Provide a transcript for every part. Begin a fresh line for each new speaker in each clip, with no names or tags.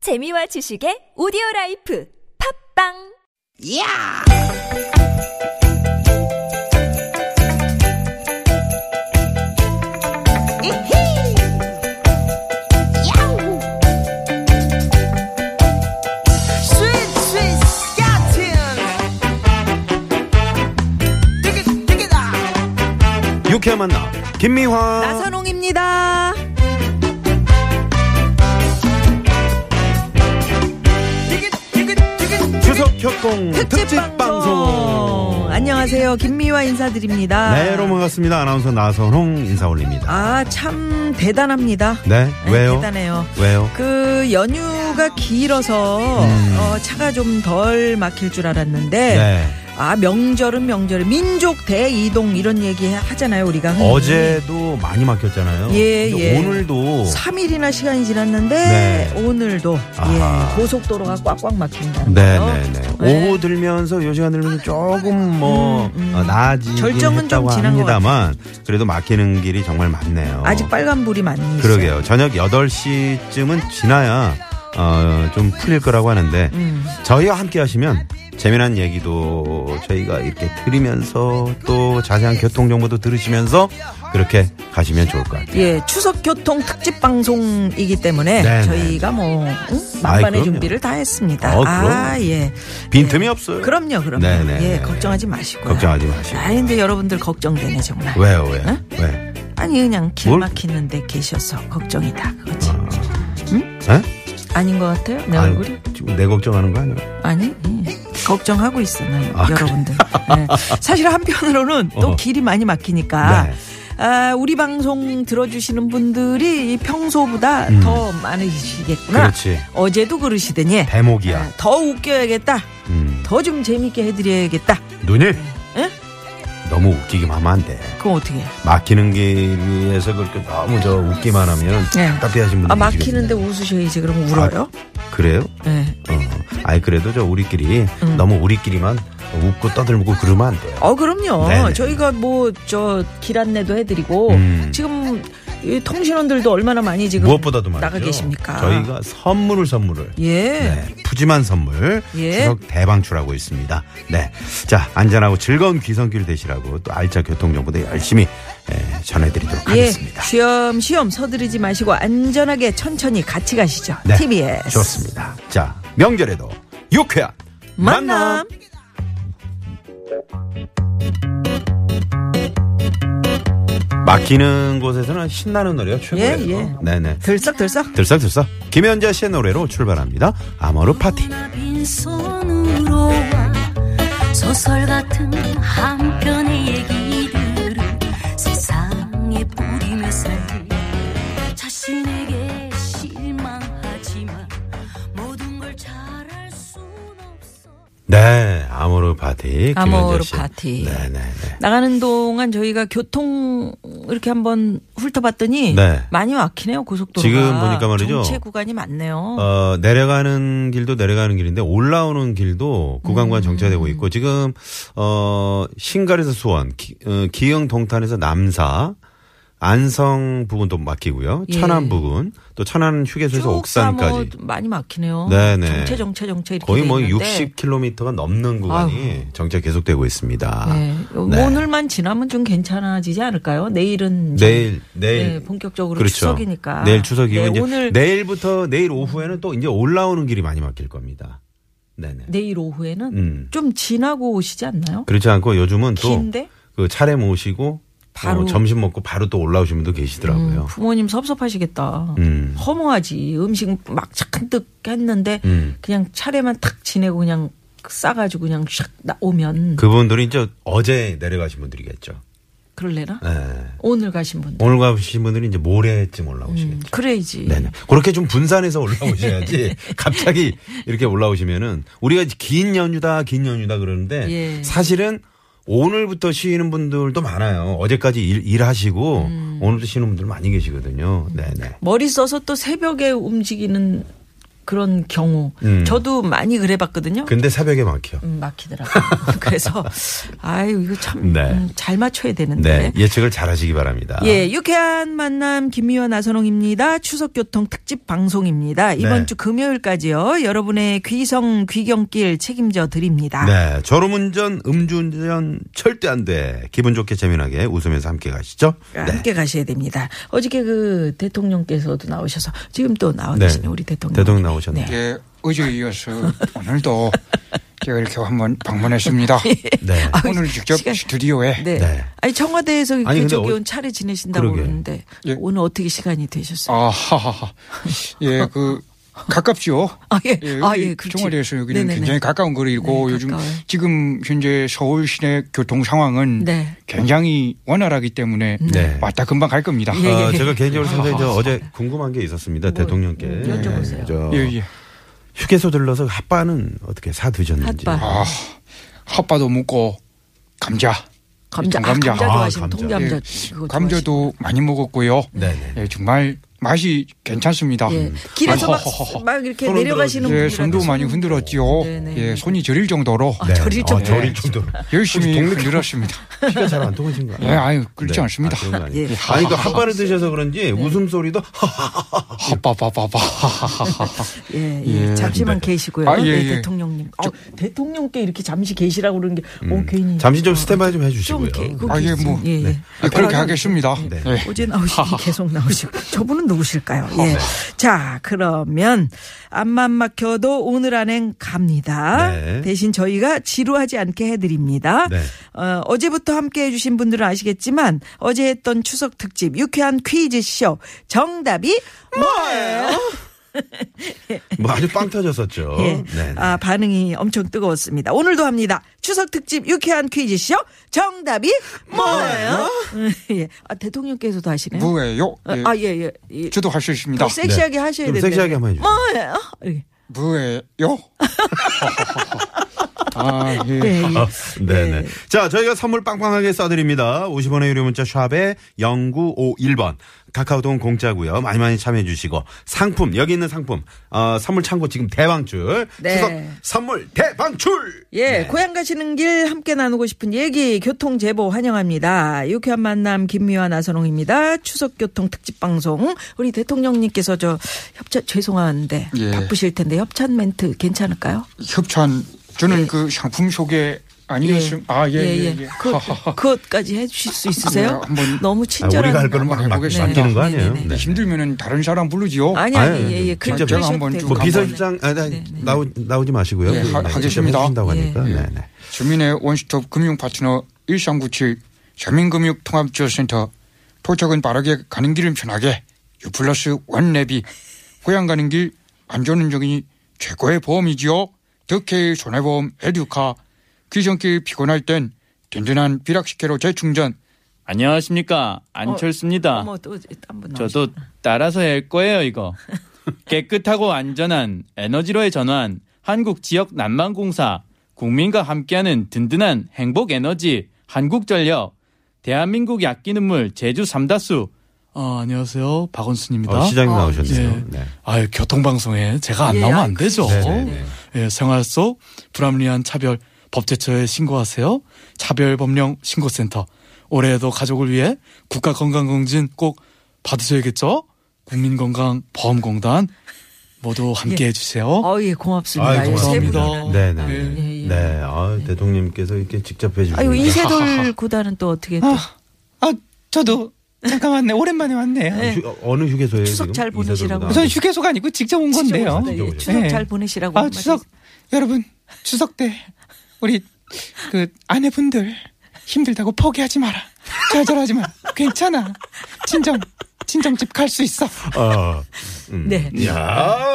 재미와 지식의 오디오 라이프 팝빵
야! 이히! 야우! 스윗 스윗 스캇틴! 띠깃 띠깃아!
유쾌한 만남 김미화
나선홍입니다. 띠깃 띠깃 띠깃
추석 협공 특집 방송
네, 안녕하세요. 김미화 인사드립니다.
네 여러분 반갑습니다 아나운서 나선홍 인사 올립니다
아, 참 대단합니다.
네
네,
왜요
대단해요.
왜요
그 연휴가 길어서 어, 차가 좀 덜 막힐 줄 알았는데
음. 네.
아 명절은 명절 민족 대이동 이런 얘기 하잖아요 우리가 흔히.
어제도 많이 막혔잖아요
음. 예,
근데
예.
오늘도
3일이나 시간이 지났는데
네.
오늘도
아하.
예, 고속도로가 꽉꽉 막힌다는 거예요.
네네네
네.
오후 들면서 요 시간 들면 조금 뭐 어, 나아지긴
절정은 음. 좀
했다고
지난 것
합니다만 그래도 막히는 길이 정말 많네요
아직 빨간불이 많이 있어요.
그러게요 저녁 8시쯤은 지나야 어, 좀 풀릴 거라고 하는데
음.
저희와 함께 하시면 재미난 얘기도 저희가 이렇게 들으면서 또 자세한 교통 정보도 들으시면서 그렇게 가시면 좋을 것 같아요.
예, 추석 교통 특집 방송이기 때문에
네,
저희가 뭐 응?
아이,
만반의
그럼요.
준비를 다 했습니다.
어,
아,
그럼.
예.
빈틈이 없어요.
그럼요, 그럼요.
네, 네,
예,
네.
걱정하지 마시고요.
걱정하지 마시고.
아, 근데 여러분들 걱정되네 정말.
왜요, 왜? 요
응?
왜?
아니 그냥 길
뭘?
막히는데 계셔서 걱정이다. 그거지.
에?
아닌 것 같아요, 내
아유,
얼굴이.
지금 내 걱정하는 거 아니야?
아니 예. 걱정하고 있어요
아,
여러분들 네. 사실 한편으로는
어.
또 길이 많이 막히니까
네.
아, 우리 방송 들어주시는 분들이 이 평소보다 더 많으시겠구나
음. 그렇지.
어제도
네.
그러시더니
대목이야.
더 웃겨야겠다
음.
더 좀 재밌게 해드려야겠다
누님.
응?
너무 웃기기만 하면 안 돼.
그럼 어떻게
음,
해?
막히는 길에서 그렇게 너무 저 웃기만 하면
네.
답답해하신 분들 아,
아 막히는데 웃으셔야지 그럼 울어요?
그래요?
네.
어, 아니 그래도 저 우리끼리
음.
너무 우리끼리만 웃고 떠들고 그러면 안 돼요.
어 그럼요
네네.
저희가 뭐 저 길 안내도 해드리고
음.
지금 이 통신원들도 얼마나 많이 지금
무엇보다도 말이죠.
나가 계십니까?
저희가 선물을 선물을
예.
네, 푸짐한 선물
예.
추석 대방출하고 있습니다. 네, 자 안전하고 즐거운 귀성길 되시라고 또 알짜 교통 정보도 열심히 예, 전해드리도록
예,
하겠습니다.
쉬엄 쉬엄 서두르지 마시고 안전하게 천천히 같이 가시죠.
네,
TBS
좋습니다. 자 명절에도 유쾌한
만남.
막히는 곳에서는 신나는 노래가 최고예요.
예, 예.
네네.
들썩들썩.
들썩들썩 김현자 씨의 노래로 출발합니다. 아모르 파티.
빈손으로 와 소설 같은 한 편의 얘기들을 세상에 뿌리며 살기 자신에게 실망하지 마 모든 걸 잘할 순 없어
네, 아모르 파티. 김현자
아모르
씨.
파티.
네네네.
나가는 동안 저희가 교통 이렇게 한번 훑어봤더니
네.
많이 막히네요 고속도로가.
지금 보니까 말이죠.
정체 구간이 많네요.
어, 내려가는 길도 내려가는 길인데 올라오는 길도 구간구간
음.
정체되고 있고 지금 어, 신갈에서 수원, 기, 어, 기흥 동탄에서 남사 안성 부근도 막히고요.
예.
천안 부근, 또 천안 휴게소에서
쭉
옥산까지
다 뭐 많이 막히네요.
네네.
정체 정체 정체 이렇게
거의
돼
뭐
있는데.
60km가 넘는 구간이 정체 계속되고 있습니다.
네.
네.
오늘만 지나면 좀 괜찮아지지 않을까요? 내일은 좀
내일 내일
네, 본격적으로
그렇죠.
추석이니까.
내일 추석이고
네,
이제
오늘
내일부터 내일 오후에는 또 이제 올라오는 길이 많이 막힐 겁니다. 네네.
내일 오후에는
음.
좀 지나고 오시지 않나요?
그렇지 않고 요즘은 또
긴데?
그 차례 모시고
바로.
어, 점심 먹고 바로 또 올라오신 분도 계시더라고요.
음, 부모님 섭섭하시겠다.
음.
허무하지. 음식 막 잔뜩 했는데
음.
그냥 차례만 탁 지내고 그냥 싸가지고 그냥 샥 나오면
그분들이 이제 어제 내려가신 분들이겠죠.
그럴래나?
예.
오늘 가신 분들. 음,
오늘 가신 분들이 이제 모레쯤 올라오시겠죠.
그래야지.
네네. 그렇게 좀 분산해서 올라오셔야지 갑자기 이렇게 올라오시면은 우리가 긴 연휴다 긴 연휴다 그러는데
예.
사실은 오늘부터 쉬는 분들도 많아요. 어제까지 일, 일하시고
음.
오늘도 쉬는 분들 많이 계시거든요. 네네.
머리 써서 또 새벽에 움직이는 그런 경우
음.
저도 많이 그래봤거든요.
근데 새벽에 막혀.
음, 막히더라고요. 그래서 아유 이거 참
네.
음, 잘 맞춰야 되는데.
네. 예측을 잘 하시기 바랍니다.
예, 유쾌한 만남 김미화 나선홍입니다. 추석 교통 특집 방송입니다. 이번
네.
주 금요일까지요. 여러분의 귀성 귀경길 책임져 드립니다.
네. 졸음운전, 음주운전 절대 안 돼. 기분 좋게 재미나게 웃으면서 함께 가시죠. 네.
아, 함께 가셔야 됩니다. 어저께 그 대통령께서도 나오셔서 지금 또 나와
네.
계시네 우리 대통령.
대통령 나오셨네요.
예, 어제 이어서 오늘도 제가 이렇게 한번 방문했습니다.
네.
예. 아유,
오늘 직접
시간-
스튜디오에
네.
네.
아니 청와대에서
아니,
그
근데
저기
어-
온 차례 지내신다고
그러게.
그러는데
예.
오늘 어떻게 시간이 되셨어요?
아하하하 예 그 가깝죠.
아, 예. 아, 예,
여기
그렇죠.
종아리에서 여기는
네네네.
굉장히 가까운 거리고
네,
요즘
가까워요.
지금 현재 서울 시내 교통 상황은
네.
굉장히 원활하기 때문에
네.
왔다 금방 갈 겁니다.
예,
어,
예.
제가 개인적으로 상당히 저 어제 궁금한 게 있었습니다. 대통령께.
뭐 음, 여쭤보세요.
네, 저
예, 예.
휴게소 들러서 핫바는 어떻게 사 드셨는지.
핫바.
아, 핫바도 먹고 감자.
감자, 아,
감자.
감자 좋아하시면
아, 감자.
통감자
예,
그거
감자도 많이 먹었고요.
네네.
예, 정말 맛이 괜찮습니다. 음.
좋아하시면. 예. 길에서 막,
아하하하.
막 이렇게
손
내려가시는
예,
분들
손도 많이 흔들었지요.
네네.
예, 손이 저릴 정도로
네. 그
저릴
어,
정도로.
저릴 정도로.
열심히 흔들었습니다.
피가 잘 안 통하신 거 아니에요?
예, 아유, 그렇지 않습니다.
아, 그런 거
예. 네.
아니에요? 아니, 그 핫바를 드셔서 그런지 웃음소리도 아, 네.
하빠빠빠빠.
예, 예.
예.
잠시만
네.
계시고요.
아, 예,
네,
예.
대통령님. 어, 대통령께 이렇게 잠시 계시라고 그러는 게, 어, 괜히.
음. 잠시 좀
어,
스탠바이 좀
좀
해주시고요.
이렇게
아, 예,
있으면.
뭐.
예, 예.
예, 그렇게 하겠습니다.
네.
예.
어제 나오시고 계속 나오시고 저분은 누구실까요? 예. 자 그러면 앞만 막혀도 오늘 안엔 갑니다.
네.
대신 저희가 지루하지 않게 해드립니다.
네.
어, 어제부터 함께 해주신 분들은 아시겠지만 어제 했던 추석 특집 유쾌한 퀴즈 쇼 정답이 뭐예요?
뭐 아주 빵 터졌었죠.
예.
네.
아 반응이 엄청 뜨거웠습니다. 오늘도 합니다. 추석 특집 유쾌한 퀴즈 쇼 정답이 뭐예요? 예. 아 대통령께서도 하시네요.
뭐예요? 예.
아, 예, 예. 이-
저도 할 수 있습니다.
더 섹시하게
네. 좀
하셔야 되는데.
섹시하게 한번 해주세요.
뭐예요? 이렇게.
뭐예요? 아, 예.
네. 예.
아, 네네. 자, 저희가 선물 빵빵하게 쏴드립니다. 50원의 유료 문자 샵에 0951번. 카카오톡은 공짜고요 많이 많이 참여해주시고. 상품, 여기 있는 상품. 어, 선물 창고 지금 대방출.
네.
추석 선물 대방출!
예, 고향 가시는 길 함께 나누고 싶은 얘기, 교통 제보 환영합니다. 유쾌한 만남 김미화 나선홍입니다. 추석 교통 특집 방송. 우리 대통령님께서 저 협찬 죄송한데
예.
바쁘실 텐데 협찬 멘트 괜찮을까요?
협찬, 저는
네.
그 상품 소개 아니었음. 아, 예, 예, 예.
그,
하하하.
그것까지 해 주실 수 있으세요?
예, 한번-
너무
아,
친절한
우리가 할 거는 막, 막
해보겠습니다.
맡기는 거 아니에요?
네네네.
네.
힘들면은 다른 사람 부르지요.
아니
아유,
아니 예, 예.
직접
그러셔도
제가 한번
되고.
좀
뭐
한번-
비서실장, 아, 나, 나오, 나오지 마시고요.
예, 하-
네,
하겠습니다.
해주신다고 하니까.
예.
네네.
주민의 원스톱 금융 파트너 1397 서민금융통합지원센터 도착은 빠르게 가는 길은 편하게 U 플러스 원 내비 고향 가는 길 안전운전이 최고의 보험이지요 덕혜의 손해보험 에듀카 귀성길 피곤할 땐 든든한 비락식혜로 재충전
안녕하십니까 안철수입니다.
어, 어머 또한번
저도 따라서 할 거예요 이거. 깨끗하고 안전한 에너지로의 전환 한국 지역 난방공사 국민과 함께하는 든든한 행복 에너지 한국전력 대한민국이 아끼는 물 제주 삼다수 어, 안녕하세요 박원순입니다.
어, 시장님
어,
나오셨네요.
예.
네.
아유 교통방송에 제가 안
예,
나오면
아이,
안 되죠.
네네네.
예, 생활 속 불합리한 차별 법제처에 신고하세요. 차별 법령 신고센터. 올해에도 가족을 위해 국가 건강 검진 꼭 받으셔야겠죠. 국민 건강 보험공단 모두 함께 해주세요.
어, 예, 고맙습니다.
아유,
예, 세
고맙습니다.
분을.
분.
네네.
예,
예.
네. 아, 대통령님께서 이렇게 직접 해주시고.
아유, 이세돌 구단은 또 어떻게 또
아 저도 잠깐 왔네. 오랜만에 왔네요.
휴, 어느 휴게소에
추석
지금?
잘
이세돌
보내시라고.
구단?
휴게소가 아니고 직접 온
추석, 네,
건데요.
추석
예.
잘
아,
보내시라고. 한마디
여러분 추석 때 우리 그 아내분들 힘들다고 포기하지 마라. 좌절하지 마. 괜찮아. 친정 친정집 갈 수 있어.
어. 음.
네.
야.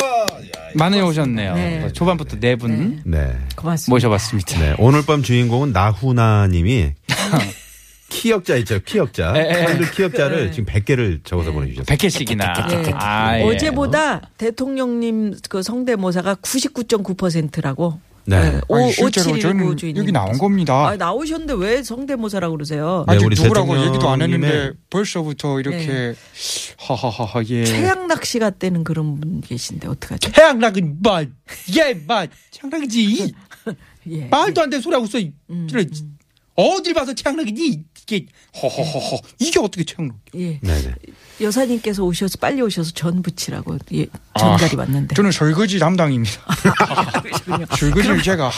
많이 오셨네요.
네.
초반부터 네 분
네.
고맙습니다.
모셔봤습니다.
네. 오늘 밤 주인공은 나훈아 님이 키역자 있죠. 키역자.
예, 예.
한줄 키역자를
네.
지금 100개를 적어서 보내주셨어요.
아,
100개씩이나.
예.
아, 예.
어제보다 대통령님 그 성대모사가 99.9%라고.
네.
네.
아니,
오-
실제로
5719
저는
주인님께서.
여기 나온 겁니다.
아, 나오셨는데 왜 성대모사라고 그러세요?
네,
아직
우리
누구라고
대통령님의-
얘기도 안
네.
했는데 벌써부터 이렇게 하하하하 예.
네. 최양락 씨가 떼는 그런 분 계신데 어떡하죠?
태양락은 뭐예마 태양락이지
예.
아.
말도 안 되는 소리 하고 있어 이-
음,
이런- 어딜 봐서 태양락이니 이게 허허허허 이게 어떻게 태양락
예.
네네.
여사님께서 오셔서 빨리 오셔서 전 부치라고 예, 전달이 왔는데.
네. 저는 설거지 담당입니다. 설거지를 제가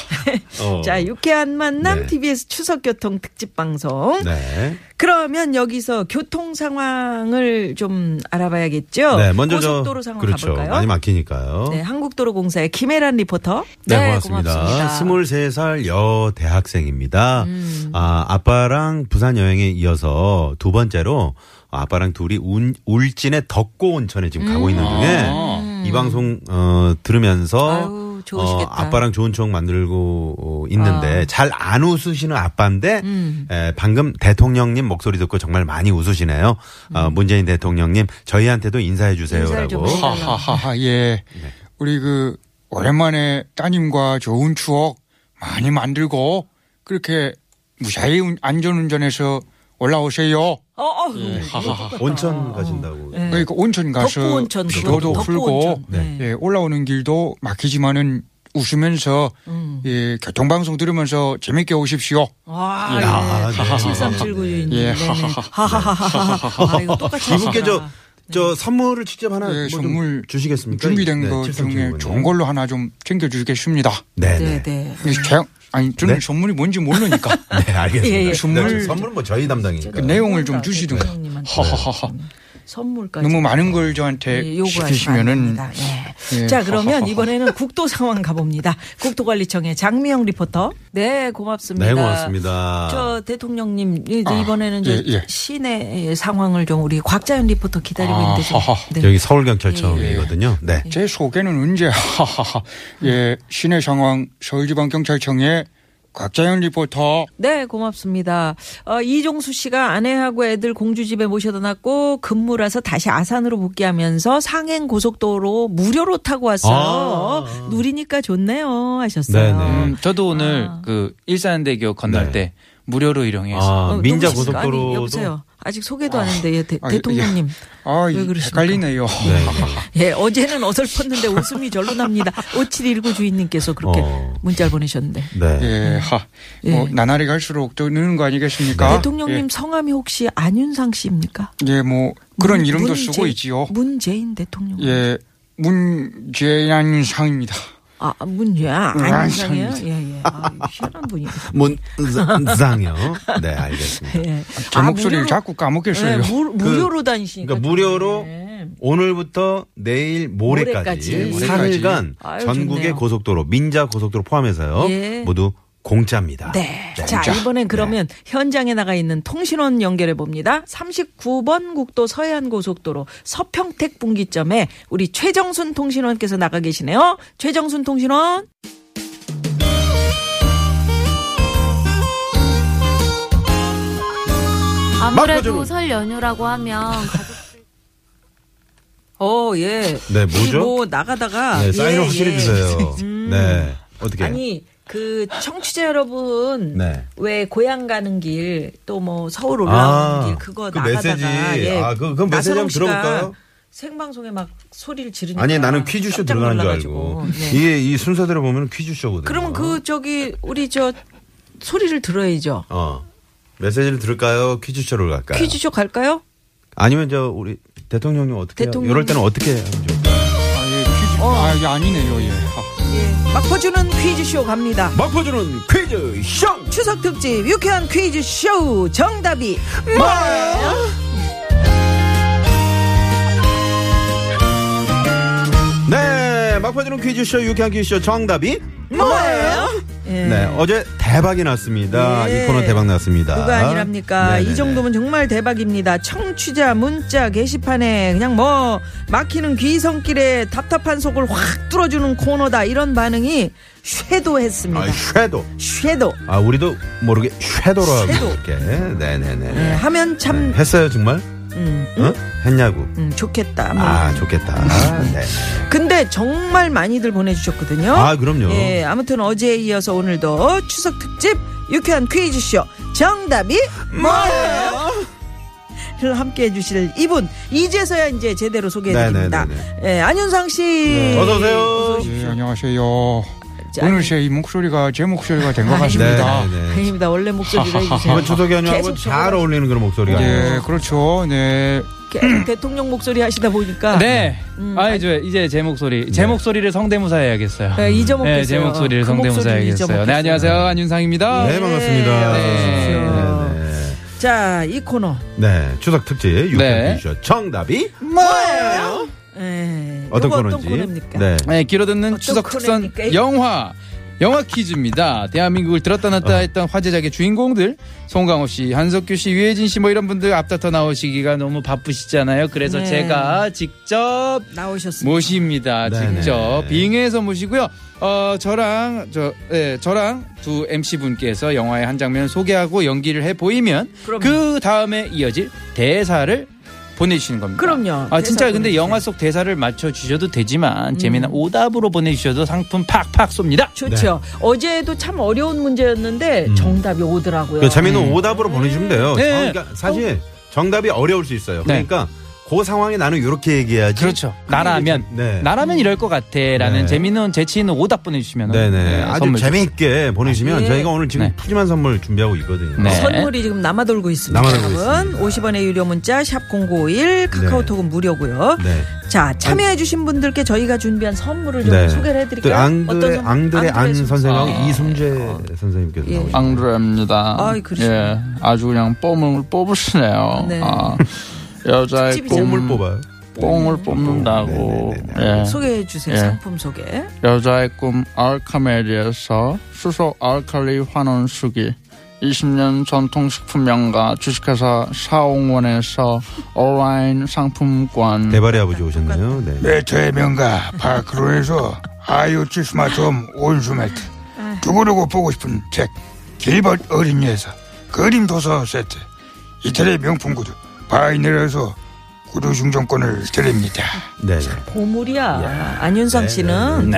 어.
자, 유쾌한 만남
네.
TBS 추석 교통 특집 방송.
네.
그러면 여기서 교통 상황을 좀 알아봐야겠죠.
네, 먼저 저
어, 고속도로 상황
그렇죠.
가볼까요?
많이 막히니까요.
네, 한국도로공사의 김혜란 리포터.
네, 고맙습니다. 스물세 살 여대학생입니다.
음.
아, 아빠랑 부산 여행에 이어서 두 번째로 아빠랑 둘이 운, 울진의 덕고 온천에 지금 가고 있는 중에 이 방송 어, 들으면서
음. 아.
어,
아유, 좋으시겠다. 아.
아빠랑 좋은 추억 만들고 어, 있는데 잘 안 웃으시는 아빠인데
음.
에, 방금 대통령님 목소리 듣고 정말 많이 웃으시네요. 아, 문재인 대통령님 저희한테도 인사해
음. 인사를 좀
주세요라고.
해주세요.
하하하하 예.
네.
우리 그 오랜만에 따님과 좋은 추억 많이 만들고 그렇게 무사히 운- 안전운전해서 올라오세요.
어, 어.
예, 하하하.
온천 가신다고.
네.
그러니까 온천
덕구
가서
온천 그거.
기도도
덕구
풀고
온천. 네.
예, 올라오는 길도 막히지만은 웃으면서
음.
예, 교통방송 들으면서 재밌게 오십시오.
와, 예.
네.
7379 주인님. 네.
예,
하하하하. 아, 네. 이거 똑같이.
이분께 저,
하시구나.
저 선물을 직접 하나
예,
뭐좀
선물
주시겠습니까?
준비된
네,
것 중에
7379 군요.
좋은 걸로 하나 좀 챙겨주겠습니다.
네, 네.
네, 네.
예, 제- 아니 저는
네?
선물이 뭔지 모르니까
네, 알겠습니다.
예, 예.
네,
선물-
선물은 뭐 저희 담당이니까.
그 내용을
네.
좀 주시든가.
대통령님한테
하하하하.
선물까지.
너무 많은 걸 저한테
예, 요구하시면 안
네, 시키시면은
됩니다. 예.
예.
자 그러면 이번에는 국도 상황 가봅니다. 국토관리청의 장미영 리포터. 네 고맙습니다.
네, 고맙습니다.
저 대통령님 이-
아,
이번에는 저
예, 예.
시내 상황을 좀 우리 곽자연 리포터 기다리고
아,
있는데 좀.
하하.
네. 예,
여기 서울경찰청이거든요. 네.
제 소개는 언제 하하하 예 시내 상황 서울지방경찰청의 곽자연 리포터
네, 고맙습니다. 어, 이종수 씨가 아내하고 애들 공주집에 모셔다 놨고 근무라서 다시 아산으로 복귀하면서 상행 고속도로 무료로 타고 왔어요.
아.
누리니까 좋네요 하셨어요.
네네.
음, 저도 오늘
아.
그 일산대교 건널
네.
때 무료로 이용해서
어,
아,
너무
민자
심심해. 아니,
고속도로도.
여보세요. 아직 소개도 안 했는데 예, 대,
아,
통령님
아
왜
이-
그러십니까?
헷갈리네요
네.
예, 어제는 어설펐는데 웃음이 절로 납니다. 5719 주인님께서 그렇게
어.
문자를 보내셨는데.
네.
예하 뭐 나날이 갈수록 더 느는 거 아니겠습니까
네,
예.
대통령님 성함이 혹시 안윤상 씨입니까?
예뭐 그런
문-
이름도
문재-
쓰고 있지요
문재인 대통령.
예 문재양 상입니다
아, 문제야.
음,
안윤상이에요?
안윤상입니다.
예, 예. 아, 희한한 분이.
문상요. 네, 알겠습니다.
예.
제
아,
목소리를
무료로-
자꾸 까먹겠어요
네,
예,
그
무, 무료로 다니시니까.
그러니까 무료로
네.
오늘부터 내일 모레까지,
모레까지.
사흘간
아유,
전국의
좋네요.
고속도로, 민자 고속도로 포함해서요.
예.
모두 공짜입니다.
네. 자, 이번엔 그러면 현장에 나가 있는 통신원 연결해 봅니다. 39번 국도 서해안 고속도로 서평택 분기점에 우리 최정순 통신원께서 나가 계시네요. 최정순 통신원.
막혀주는.
아무래도 설 연휴라고 하면 가족
어, 예.
네,
혹시
뭐죠?
뭐 나가다가
네, 사인을
예,
확실히
예.
주세요. 네. 어떻게?
아니, 그 청취자 여러분
네.
왜 고향 가는 길 또 뭐 서울 올라오는
아,
길 그거
그
나가다가
메시지.
예.
아, 그- 그 메시지
나선홍
한번 들어볼까요?
씨가 생방송에 막 소리를 지르니까
아니 나는 퀴즈쇼
깜짝
들어가는 줄
놀라가지고.
알고
네.
이게 이 순서대로 보면 퀴즈쇼거든요.
그러면 그 저기 우리 저 소리를 들어야죠.
어. 메시지를 들을까요? 퀴즈쇼로 갈까요?
퀴즈쇼 갈까요?
아니면 저 우리 대통령님 어떻게
대통령님.
이럴 때는 어떻게 하면 좋을까요? 어.
아예 퀴즈 아 이게 아니네요 예 아.
예. 막 퍼주는 퀴즈쇼 갑니다.
막퍼주는 퀴즈쇼.
추석 특집 유쾌한 퀴즈쇼 정답이 뭐?
네, 막퍼주는 퀴즈쇼 유쾌한 퀴즈쇼 정답이
뭐예요? 예.
네, 어제 대박이 났습니다.
예.
이 코너 대박 났습니다.
누가 아니랍니까?
네네네.
이 정도면 정말 대박입니다. 청취자 문자 게시판에 그냥 뭐 막히는 귀성길에 답답한 속을 확 뚫어주는 코너다 이런 반응이 쉐도했습니다.
아, 쉐도.
쉐도
아, 우리도 모르게 쉐도로 하고
쉐도.
이렇게. 네, 네,
예,
네.
하면 참
했어요, 정말?
음,
어? 했냐고.
음, 좋겠다. 뭐.
아, 좋겠다. 네.
근데 정말 많이들 보내주셨거든요.
아, 그럼요.
예, 아무튼 어제에 이어서 오늘도 추석 특집 유쾌한 퀴즈쇼 정답이 뭐예요? 를 함께 해주실 이분 이제서야 이제 제대로 소개해드립니다.
네네네네.
예, 안윤상 씨.
어서 오세요.
예, 안녕하세요. 오늘
아니,
제 이 목소리가 제 목소리가 된 것
네,
같습니다.
네, 네.
아닙니다. 원래 목소리로 해주세요.
이번 추석 연휴하고
예. 계속
잘 어울리는 그런 목소리가 아니에요.
예, 그렇죠. 네.
계속 대통령 목소리 하시다 보니까
네.
음,
아 이제 이제 제 목소리 제
네.
목소리를 성대모사 해야겠어요.
네, 잊어먹겠어요.
네, 제 목소리를
그
성대모사
목소리를
해야겠어요. 네
잊어먹겠어요.
안녕하세요 안윤상입니다.
아, 예.
네, 반갑습니다.
네.
네, 네.
자, 이 코너.
네, 추석 특집 유쾌한
네.
퀴즈쇼 정답이
뭐예요? 예,
네. 어떤
요거
코너인지.
어떤 코너입니까?
네.
네, 길어듣는
어떤
추석 특선
코너입니까?
영화 영화 퀴즈입니다. 대한민국을 들었다
어.
놨다 했던 화제작의 주인공들 송강호 씨, 한석규 씨, 유해진 씨 뭐 이런 분들 앞다퉈 나오시기가 너무 바쁘시잖아요. 그래서
네.
제가 직접 뭐
나오셨습니다.
모십니다.
네네.
직접 빙의해서 모시고요. 어 저랑 저 예, 저랑 두 MC 분께서 영화의 한 장면 을 소개하고 연기를 해 보이면
그럼요.
그 다음에 이어질 대사를 보내주시는 겁니다.
그럼요.
아
대사
진짜 근데
보내주세요.
영화 속 대사를 맞춰 주셔도
음.
되지만 재미난 오답으로 보내주셔도 상품 팍팍 쏩니다.
좋죠.
네.
어제도 참 어려운 문제였는데 정답이 오더라고요.
음. 그 재미는 오답으로 보내주면 돼요.
네.
정- 그러니까 사실 정답이 어려울 수 있어요. 그러니까 그 상황에 나는 이렇게 얘기해야지.
그렇죠. 나라면
네.
나라면 이럴 것 같아라는
네.
재미있는 재치 있는 오답 보내주시면
네네. 아주 재미있게 보내시면
예.
저희가 오늘 지금
네.
푸짐한 선물 준비하고 있거든요.
네.
선물이 지금 남아돌고 있습니다.
남아돌고
여러분.
있습니다.
50원의 유료 문자 샵 #051 카카오톡은 무료고요.
네.
자 참여해주신 분들께 저희가 준비한 선물을 좀
네.
소개를 해드릴까요?
또 앙드레,
그러니까 선-
앙드레 안
선물? 어.
선생하고
아.
이순재 선생님께서
예.
나오셨어요.
앙드레입니다.
아이, 그러시네. 예,
아주 그냥 뽕을 뽑으시네요.
네. 아,
여자의
특집이잖아요. 뽕을
뽑아요.
뽕을 뽑는다고.
네, 네,
소개해 주세요.
예.
상품 소개.
여자의 꿈 알카메리에서 수소 알칼리 환원 수기 20년 전통 식품 명가 주식회사 사홍원에서 온라인 상품권
대발의 아버지 오셨나요? 네.
매트의 명가 파크론에서 IoT 스마트홈 온수매트
아.
두고두고 보고 싶은 책 길벗 어린이에서 그림 도서 세트 이태리 명품 구두 바이닐에서 구두 중정권을 드립니다.
네. 네.
보물이야. 안윤상 씨는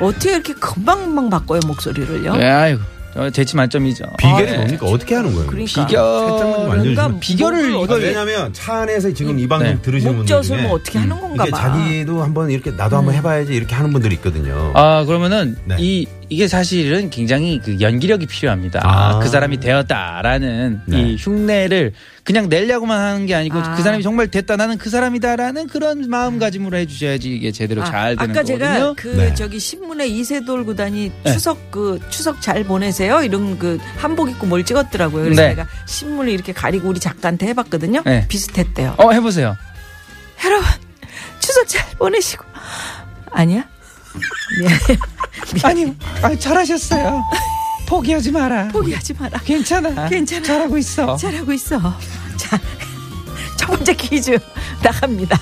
어떻게 이렇게 금방금방 바꿔요 목소리를요?
예, 아이고 저 재치 만점이죠
비결이
아, 예.
뭡니까? 어떻게 하는 거예요?
그러니까
살짝만 좀 알려주시면.
비결을
목을
아, 왜냐면 차 안에서 지금 이 방송
네.
들으시는 분들
목젖을
중에 음.
뭐 어떻게 하는 건가
이게
봐. 음.
자기도 한번 이렇게 나도 한번 해봐야지 이렇게 하는 분들이 있거든요.
아 그러면은
네.
이 이게 사실은 굉장히 그 연기력이 필요합니다.
아.
그 사람이 되었다라는
네.
이 흉내를 그냥 내려고만 하는 게 아니고
아.
그 사람이 정말 됐다 나는 그 사람이다라는 그런 마음가짐으로 해주셔야지 이게 제대로 잘 되는
아까 제가
거거든요.
그
네.
저기 신문에 이세돌 구단이
네.
추석 그 추석 잘 보내세요 이런 그 한복 입고 뭘 찍었더라고요. 그래서
네.
제가 신문을 이렇게 가리고 우리 작가한테 해봤거든요.
네.
비슷했대요.
어 해보세요.
여러분 추석 잘 보내시고 아니야? 미안해.
아니, 아, 잘하셨어요. 포기하지 마라.
포기하지 마라.
괜찮아.
괜찮아.
잘하고 있어.
잘하고 있어. 자, 첫 번째 퀴즈 나갑니다.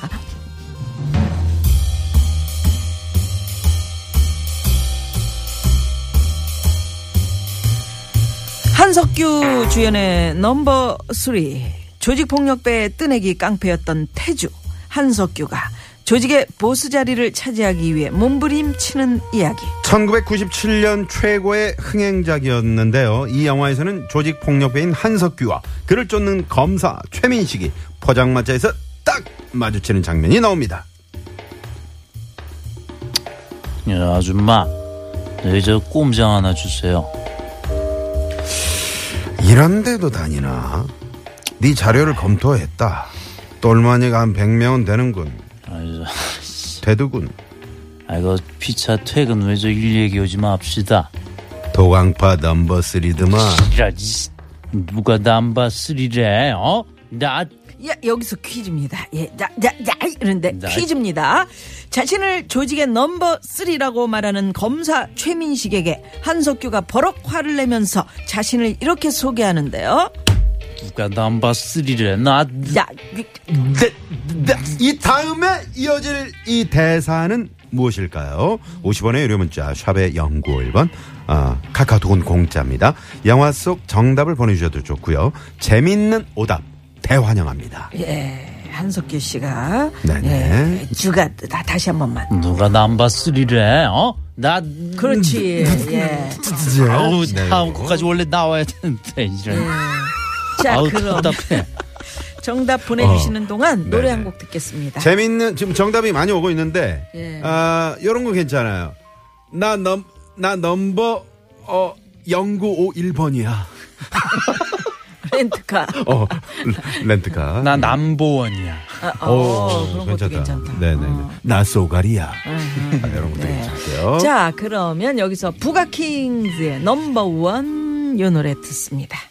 한석규 주연의 넘버 3 조직폭력배의 뜨내기 깡패였던 태주 한석규가 조직의 보스 자리를 차지하기 위해 몸부림치는 이야기
1997년 최고의 흥행작이었는데요. 이 영화에서는 조직 폭력배인 한석규와 그를 쫓는 검사 최민식이 포장마차에서 딱 마주치는 장면이 나옵니다.
야, 예, 아줌마, 너희 저 꼼장 하나 주세요.
이런 데도 다니나? 네 자료를 검토했다. 똘마니가 한 100명은 되는군.
아이,
되더군.
아이고, 피차 퇴근 왜 저 일 얘기하지 맙시다.
도강파 넘버 쓰리드만.
이라, 이 누가 남바 쓰리래, 어? 나,
야, 여기서 퀴즈입니다. 예, 자, 자, 자, 이런데
나-
퀴즈입니다. 자신을 조직의 넘버 3라고 말하는 검사 최민식에게 한석규가 버럭 화를 내면서 자신을 이렇게 소개하는데요.
누가 남바 쓰리래, 나,
야,
네, 이 다음에 이어질 이 대사는 무엇일까요? 50원의 유료 문자 샵의 0951번 아, 카카오톡은 공짜입니다. 영화 속 정답을 보내주셔도 좋고요. 재밌는 오답 대환영합니다.
예, 한석규 씨가
네네.
예, 주가 다 다시 한 번만.
음.
누가 남바 쓰리래? 어? 나
그렇지. 예.
음.
아우
네.
다음 거까지 원래 나와야 되는데 이런.
자,
아우
네. 그럼
답답해.
정답 보내주시는 동안 노래
네네.
한 곡 듣겠습니다.
재밌는 지금 정답이 많이 오고 있는데
예.
아 이런 거 괜찮아요. 나넘나 넘버 어 0951번이야.
렌트카.
어 렌트카.
나 남보원이야.
아, 어, 그런 것도 괜찮다.
네, 네네네.
어.
나 쏘가리야. 아, 이런 것도
네.
괜찮고요.
자, 그러면 여기서 부가킹즈의 넘버원 요 노래 듣습니다.